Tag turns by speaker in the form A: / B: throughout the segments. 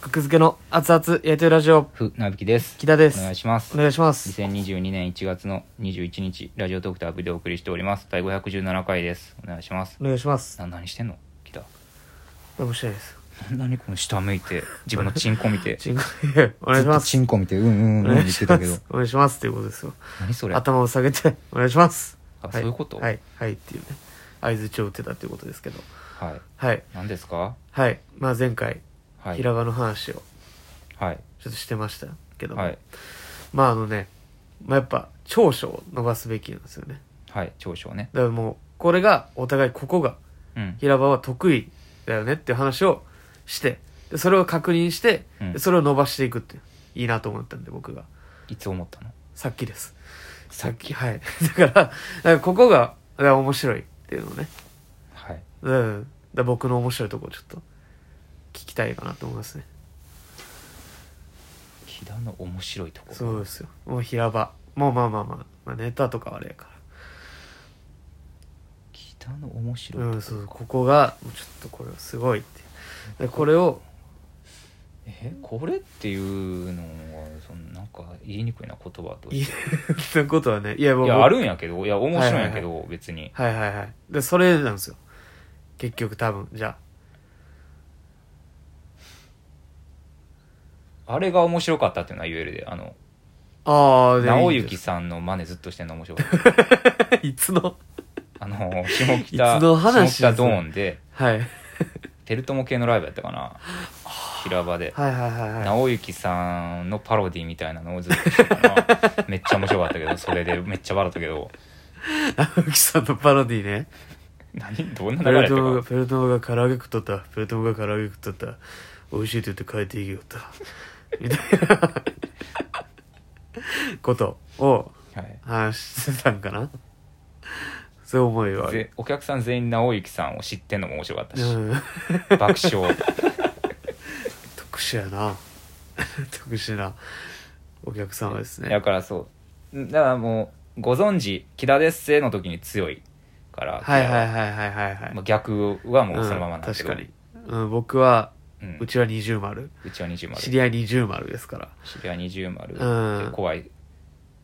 A: 格付けの熱々やりとりラジオ
B: ふなびきです
A: 木田で
B: お願い
A: す
B: します
A: お願いします
B: 2022年1月の21日ラジオドクターブでお送りしております第517回ですお願いします
A: お願いします
B: な何してんの来た
A: 面白いです
B: 何この下向いて自分のチンコ見て
A: チンコ お願いしま
B: ずっと
A: す
B: チンコ見てうんう
A: お
B: んうんうん
A: 願
B: 言
A: い
B: っ
A: してま
B: たけど
A: すお願いしますっていうことですよ
B: 何それ
A: 頭を下げてお願いします
B: あ
A: は
B: そういうこと
A: はいはいっていうね相槌を打ってたっていうことですけど
B: はい
A: はい
B: 何ですか
A: はいまあ前回
B: はい
A: 平場の話を
B: はい
A: ちょっとしてましたけども
B: はい
A: まああのねまあやっぱ長所を伸ばすべきなんですよね
B: はい長所ね
A: だからもうこれがお互いここが
B: うん
A: 平場は得意だよねっていう話をしてでそれを確認して、
B: うん
A: でそれを伸ばしていくっていいなと思ったんで僕が
B: いつ思ったの
A: さっきです
B: さっ
A: き はいだからだからここがだから面白いっていうのをね、
B: はい
A: うん、だから僕の面白いところをちょっと聞きたいかなと思いますね
B: 木田の面白いところ
A: そうですよもう平場もうまあまあまあ、まあ、ネタとかはあれやか
B: 木田の面白い
A: ら、う
B: とこ
A: ん、そうここがちょっとこれはすごいってでこれを
B: えこれっていうのはそのなんか言いにくいな言葉として
A: 言うことはねいやもう
B: いやあるんやけどいや面白いんやけど、別に
A: はいはいはいでそれなんですよ結局多分じゃ
B: あれが面白かったっていうのは言えるであの
A: あああ
B: 直
A: いいんで
B: 行さんの真似ずっとしてんの面白かった
A: すいつの
B: あの下
A: いつ
B: 北
A: の話
B: 下北ドーンで
A: はい、
B: テルトモ系のライブやったかな平場で、
A: はいはいはいはい
B: 直行さんのパロディみたいなのをずっとしてた なめっちゃ面白かったけどそれでめっちゃ笑ったけど
A: 青木さんのパロディね
B: 何どん
A: ペ
B: な流
A: ル
B: れやった
A: トモが
B: か
A: ペルトモが唐揚げ食っとったペルトモが唐揚げ食っとった美味しいと言って帰っていきよったみたいなことを
B: はい
A: 話してたんかなそういう思いはある
B: ぜお客さん全員直行さんを知ってんのも面白かったし、
A: うん
B: 爆笑
A: 特殊やな特殊なお客様ですね
B: だからそうだからもうご存知木田ですせの時に強いから
A: はいはいはいはいはいはい、
B: まあ、逆はもうそのまま
A: うん
B: なんだけ
A: 確
B: ど、
A: かに、うん、僕は
B: うん、
A: うちは二重丸
B: うちは20丸
A: 知
B: 知り
A: り合い二重丸ですから
B: 合い20丸、
A: うん
B: 怖い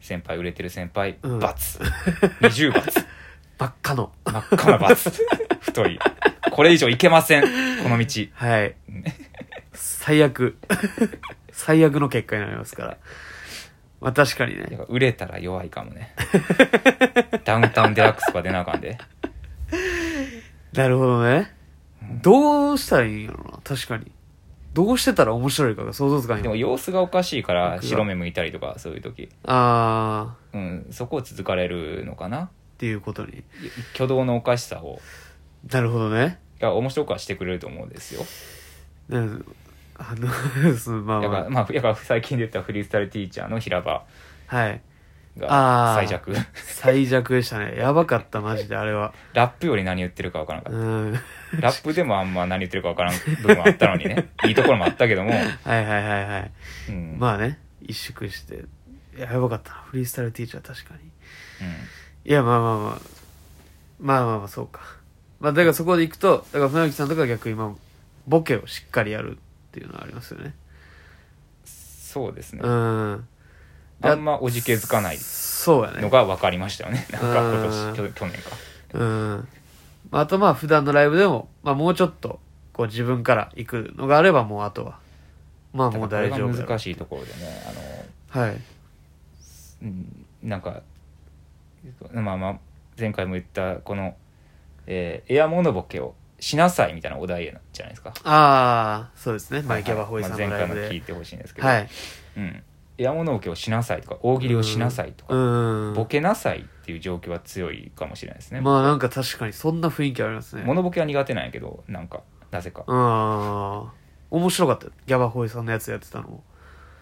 B: 先輩売れてる先輩、
A: うん
B: 罰20罰
A: ばっか の
B: 真っ赤な罰太いこれ以上いけませんこの道
A: はい
B: うん
A: 最悪 最悪の結果になりますからまあ確かに
B: だ
A: ね
B: から売れたら弱いかもねダウンタウンデラックスとか出なあかんで
A: なるほどねどうしたらいいんやろな確かにどうしてたら面白いかが想像つかへん
B: で
A: わ
B: も様子がおかしいか
A: 僕
B: ら
A: は
B: 白目向いたりとかそういう時、
A: あー
B: うん、そこを続かれるのかな
A: っていうことに
B: 挙動のおかしさを
A: なるほどね
B: が面白くはしてくれると思うんですよ
A: うんあのそのま あ
B: だ
A: ま
B: から,、まあ、だから最近で言ったフリースタイルティーチャーの平場
A: あはいあ
B: が
A: ー
B: 最弱
A: 最弱でしたねやばかったマジであれは
B: ラップより何言ってるかわからんかっ
A: うん
B: たラップでもあんま何言ってるかわからん部分はあったのに ねいいところもあったけども、
A: はいはいはいはい。
B: うん
A: まあね、一縮して。いや、やばかったな。フリースタイルティーチャー確かに。
B: う
A: いや、まあまあまあ。まあまあまあ、そうか。まあ、だからそこで行くと、だから船木さんとかは逆に今、ボケをしっかりやるっていうのはありますよね。
B: ん、そうですね
A: うん。
B: あんまおじけづかない
A: そうやね。
B: のが分かりましたよねなんか
A: うん
B: 今年去去年か
A: うん。まああとまあ、普段のライブでも、まあもうちょっと、こう自分から行くのがあれば、もうあとは。まあもう
B: だから
A: 大丈夫
B: こ
A: や
B: れ
A: ろ
B: が難しいところでねあの
A: はい。
B: うんなんか、まあまあ、前回も言った、この、えーエアモノボケをしなさいみたいなお題なんじゃないですか。
A: ああ、そうですね。マイケバホイさん
B: まあ
A: の
B: 前
A: ライ
B: 回
A: ブ
B: も聞い
A: で。
B: てほしいんですけど、
A: はい。
B: うん。エアモノボケをしなさいとか、大喜利をしなさいとか、
A: うん。
B: ボケなさいっていう状況は強いかもしれないですね。
A: まあなんか確かにそんな雰囲気ありますね
B: モノボケは苦手なんやけど、なんか、なぜか。
A: うん面白かったよギャバホイさんのやつやってたのも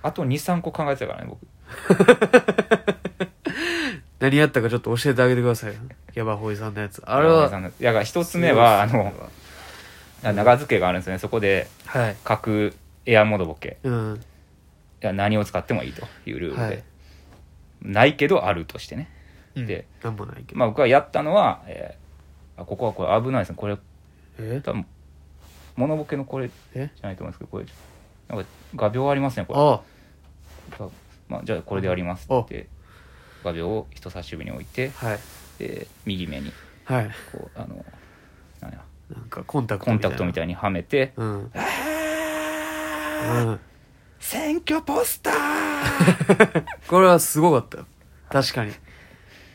B: あと2、3個考えてたからね、僕。
A: 何やったかちょっと教えてあげてくださいよギャバホイさんのやつあれ
B: 山
A: は
B: 田さんのだから一つ目は、あの、長付けがあるんですよね。そこで、
A: はい
B: 各エアモノボケ、
A: うん
B: いや何を使ってもいいというルールで。
A: はい
B: ないけどあるとしてね、で、
A: なんもないけど、
B: まあ、僕がやったのは、えーあここはこれ危ないですねこれ
A: え
B: 多分モノボケのこれじ
A: え
B: ゃないと思いますけどこれなんか画鋲ありますねこ
A: あ
B: れがまあ、じゃあこれでやります
A: お
B: って画鋲を人差し指に置いて
A: あはい
B: で右目に
A: はい
B: こうあのなんや
A: なんかコンタクト
B: コンタクトみ
A: い
B: たいにはめて
A: なうん
B: 「あ
A: う
B: ー
A: ん
B: 選挙ポス ター!
A: これはすごかったよ確かに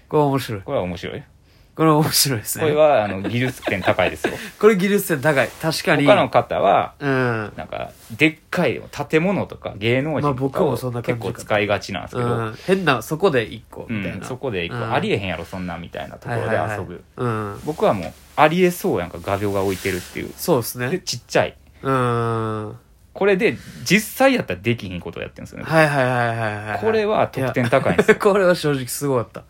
A: これは面白い」
B: これは面 白いこ
A: これは面白いですね
B: れはあの技術点高いですよ
A: これ技術点高い確かに
B: 他の方は
A: うん
B: なんかでっかい建物とか芸能
A: まあ
B: 人と
A: 僕
B: か
A: も
B: を
A: そんな
B: 結
A: 感じか
B: 構使いがちなんですけど、
A: うん、変なそこで一個みたいな、
B: うんそこで行く、
A: うん
B: ありえへんやろそんなんみたいなところで
A: はいはい
B: 遊ぶ
A: はいうん、
B: 僕はもうありえそうやんか画鋲が置いてるっていう
A: そうです
B: で
A: ね
B: ちっちゃい
A: うんは
B: これで実際やったらできひんことをやってるんですよ
A: い
B: ね、
A: はいはいはいはい
B: これは得点高いんです
A: や
B: よ、
A: これは正直すごかっ
B: う、
A: た、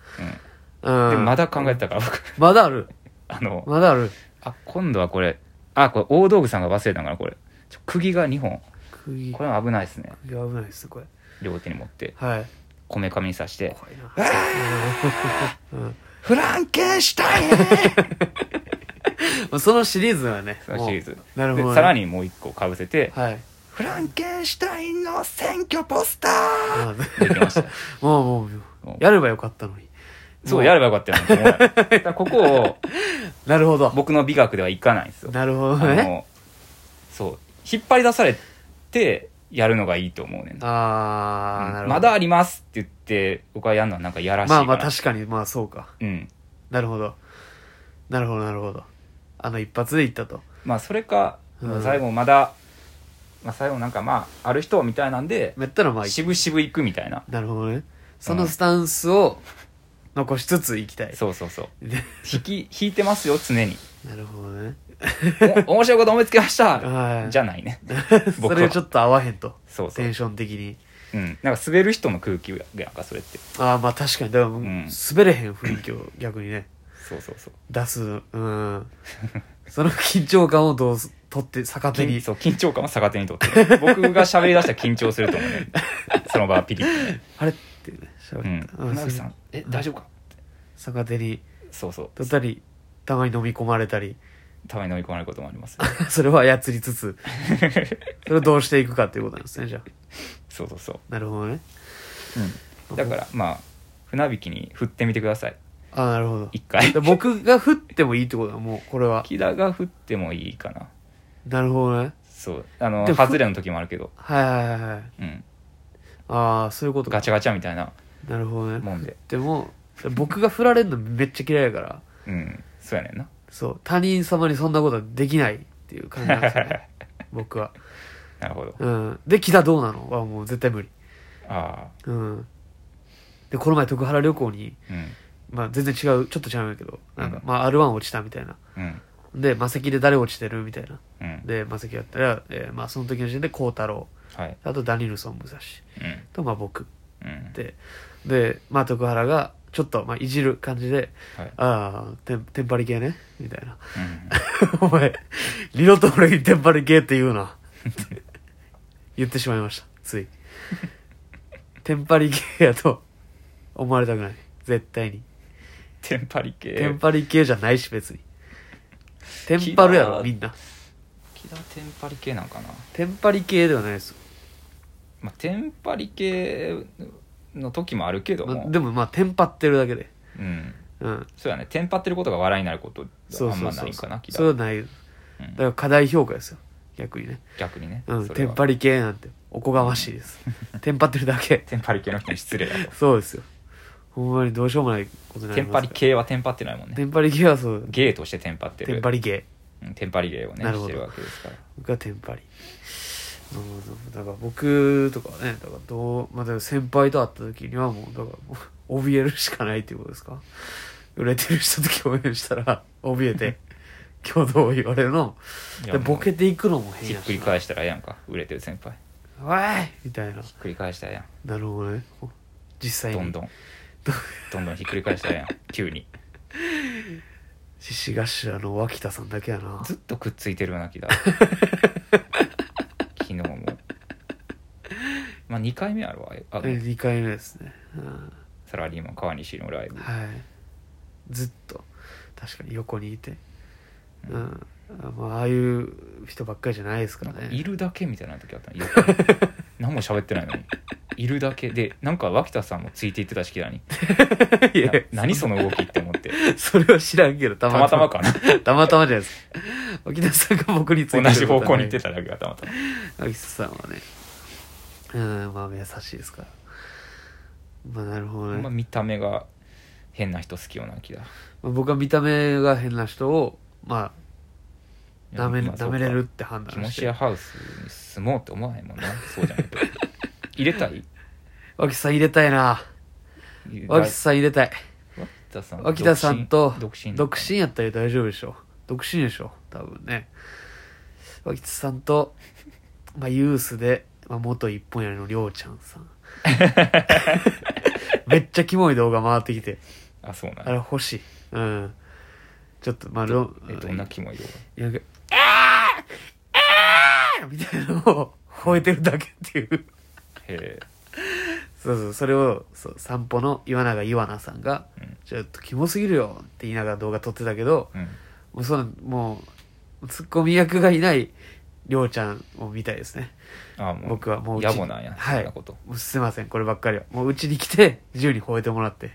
A: うんん、
B: でまだ考えてたから僕
A: まだある
B: あの
A: まだある
B: あ今度はこれあこれ大道具さんが忘れたんかなこれちょ釘が2本
A: 釘
B: こ
A: こ
B: れは危ないですね
A: れ危ないですねこれ
B: 両手に持って
A: はい
B: こめかみに刺して
A: 怖いな
B: 「フランケンシュタイン! 」
A: まあそのシリーズはね
B: そのシリーズ
A: もうなるほどね、
B: でさらにもう1個かぶせて
A: はい
B: 「フランケンシュタインの選挙ポスター!」
A: あ
B: 出てました
A: もうも
B: も
A: う
B: う
A: やればよかったのに
B: そうやればよかったよなと思うだからここを
A: なるほど
B: 僕の美学ではいかないんですよ
A: なるほど
B: あ
A: ね
B: のそう引っ張り出されてやるのがいいと思うねんな
A: ああなる
B: うん
A: ほど
B: まだありますって言って僕はやるのはなんかやらしいか
A: ま
B: ら
A: あまあ確かにまあそうか
B: うん
A: なるほどなるほどなるほどあの一発でいったと
B: まあそれか、
A: うん
B: 最後まだ、まあ、最後なんかまあある人みたいなんで
A: めったらまあいい
B: 渋々行くみたいな
A: なるほどねそのスタンスを残しつついきたい
B: そうそうそう
A: で
B: 引き引いてますよ常に
A: なるほどね
B: お面白いこと思いつきま した
A: はい
B: じゃないね僕
A: そ
B: は
A: れちょっと合わへんと
B: そうそ
A: テ
B: う
A: ンション的に
B: うんなんか滑る人の空気やんかそれって
A: ああまあ確かにだからもう
B: うん
A: 滑れへん雰囲気を逆にね
B: そうそうそう
A: 出すうんその緊張感をどうす取って逆手
B: 緊
A: に
B: そう緊張感は逆手にとって僕が 喋り出したら緊張すると思うねその場はピリッ
A: あれってね
B: と
A: 喋
B: ね
A: った、
B: うん
A: うん
B: 船木さんえ大丈夫か
A: 逆手に
B: そうそう
A: 取ったりたまに飲み込まれたり
B: たまに飲み込まれることもあり ます
A: それを操りつつそれをどうしていくかっていうことなんですねじゃあ
B: そうそうそ
A: なるほどね
B: う、うん、だからまあ船引きに振ってみてください
A: ああなるほど
B: 一回
A: で僕が振ってもいいってことだもうこれは
B: 木田が振ってもいいかな
A: なるほどね
B: そうあの
A: でもふ
B: 外れの時もあるけど、
A: はいはいはいはい
B: うん、
A: ああそういうことか
B: ガチャガチャみたいな
A: なるほどね
B: もんで
A: でも僕が振られるのめっちゃ嫌いやから
B: うんそうやねんな
A: そう他人様にそんなことはできないっていう感じなんですよ ね僕は
B: なるほど
A: うんで木田どうなのはもう絶対無理
B: ああ
A: うんでこの前徳原旅行に
B: うん
A: まあ全然違うちょっと違うんやけどなんか、
B: うん
A: まあ R1 落ちたみたいな
B: うん
A: でマセキで誰落ちてるみたいな
B: うん
A: でマセキやったら、えーまあその時の時点で孝太郎
B: はい
A: あとダニルソン武蔵
B: うん
A: とまあ僕
B: うん
A: ででまあ徳原がちょっとまあいじる感じで
B: はい
A: 「ああテンテンパリ系ね」みたいな
B: うん
A: 「お前二度と俺にテンパリ系って言うな」って言ってしまいましたついテンパリ系やと思われたくない絶対に
B: テンパリ系
A: テンパリ系じゃないし別にテンパるやろみんな
B: 木田テンパリ系なんかな
A: テンパリ系ではないですよ
B: まあ、テンパリ系の時もあるけども、
A: までもまあテンパってるだけで
B: うん、
A: うん
B: そうやねテンパってることが笑いになること
A: そ
B: は
A: う
B: あん
A: そう
B: ま
A: そ
B: な
A: う
B: いかな
A: それは
B: 木
A: ないだ
B: 田うん
A: から課題評価ですよ逆にね
B: 逆にね、
A: うん
B: そ
A: テ
B: れは
A: ンパリ系なんておこがましいです テンパってるだけ
B: テンパリ系の人に失礼だと
A: そうですよほんまにどうしようもないことに な
B: テ
A: り
B: ンパ
A: ます
B: リ
A: から
B: 系はテンパってないもんね
A: テンパリ系はそう
B: ゲーとしてテンパってる
A: テンパリ系
B: うんテンパリ芸をね
A: なる
B: し
A: ほど
B: てるわけですから
A: 僕はテンパリうんだから僕とかはねだからどう、まあ、だから先輩と会った時にはもうだからもう怯えるしかないっていうことですか売れてる人と共演したら怯えて今日どう言われるの
B: いや
A: でボケていくのも変
B: ひっ
A: やし
B: くり返したらええやんか売れてる先輩
A: なわいみたいな
B: ひっくり返したらえ
A: なるほどね実
B: え
A: 際
B: やん
A: に
B: どんどんどんどんひっくり返したらええやん急に
A: 獅子頭の脇田さんだけやな
B: ずっとくっついてるような気 だ昨日もまあ2回目あるわあ
A: え2回目ですね、うん
B: サラリーマン川西のライブ
A: はいずっと確かに横にいて、うんあまあああいう人ばっかりじゃないですか
B: なん
A: ら
B: か
A: ね
B: いるだけみたいな時あった の横に何も喋ってないのにいるだけでなんか脇田さんもついていってたしきだに
A: いや
B: な何その動きって思って
A: それは知らんけど た
B: たまたまかな
A: たまたまじゃないですか沖田さんが僕について
B: 同じ方向に行って
A: た
B: ただけがたまたま
A: 沖田さんはねうんまあ優しいですからまあなるほど
B: ほ
A: ね、
B: ん
A: ま
B: ま見た目が変な人好きよな気だ
A: あ僕は見た目が変な人をまあなめ,、
B: まあそうか
A: めれるって判
B: キ
A: 断
B: モ
A: をし
B: シア
A: て
B: ハウスに住もうって思わへん もんなそうじゃないと入れたい
A: 脇田さん入れたいな脇田さん入れたい
B: 脇田さん
A: 脇田さんと
B: 独身
A: 独身やったら大丈夫でしょ独身でしょ多分ね脇田さんと、まあ、ユースで、まあ、元一本やりのりょうちゃんさんめっちゃキモい動画回ってきて
B: あそうなん
A: あれ
B: や
A: 欲しいうんちょっとまありょう
B: えどんなキモい動
A: なんか「あーあー!」みたいなのを吠えてるだけっていう
B: 画へえ
A: そうそうそれをそう散歩の岩永岩名さんが
B: うん
A: 「ちょっとキモすぎるよ」って言いながら動画撮ってたけど、
B: うん
A: もうそのもうツッコミ役がいないりょうちゃんを見たいですね
B: あもう
A: 僕はもううち
B: 野暮なんや
A: はい
B: そんなこと
A: もうすいませんこればっかりはもううちに来て自由に吠えてもらって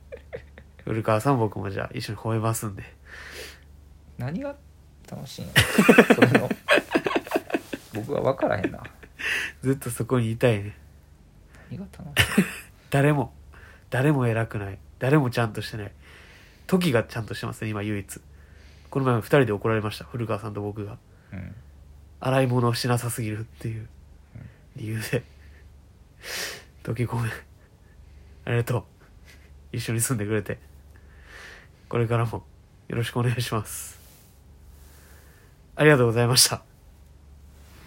A: 古川さん僕もじゃあ一緒に吠えますんで
B: 何が楽しいんやそれの僕は分からへんな
A: ずっとそこにいたいね
B: 何が楽しい
A: 誰も誰も偉くない誰もちゃんとしてない時がちゃんとしてますね今唯一この前も2人で怒られました古川さんと僕が
B: うん
A: 洗い物をしなさすぎるっていう理由で「時ごめんありがとう一緒に住んでくれてこれからもよろしくお願いします」ありがとうございました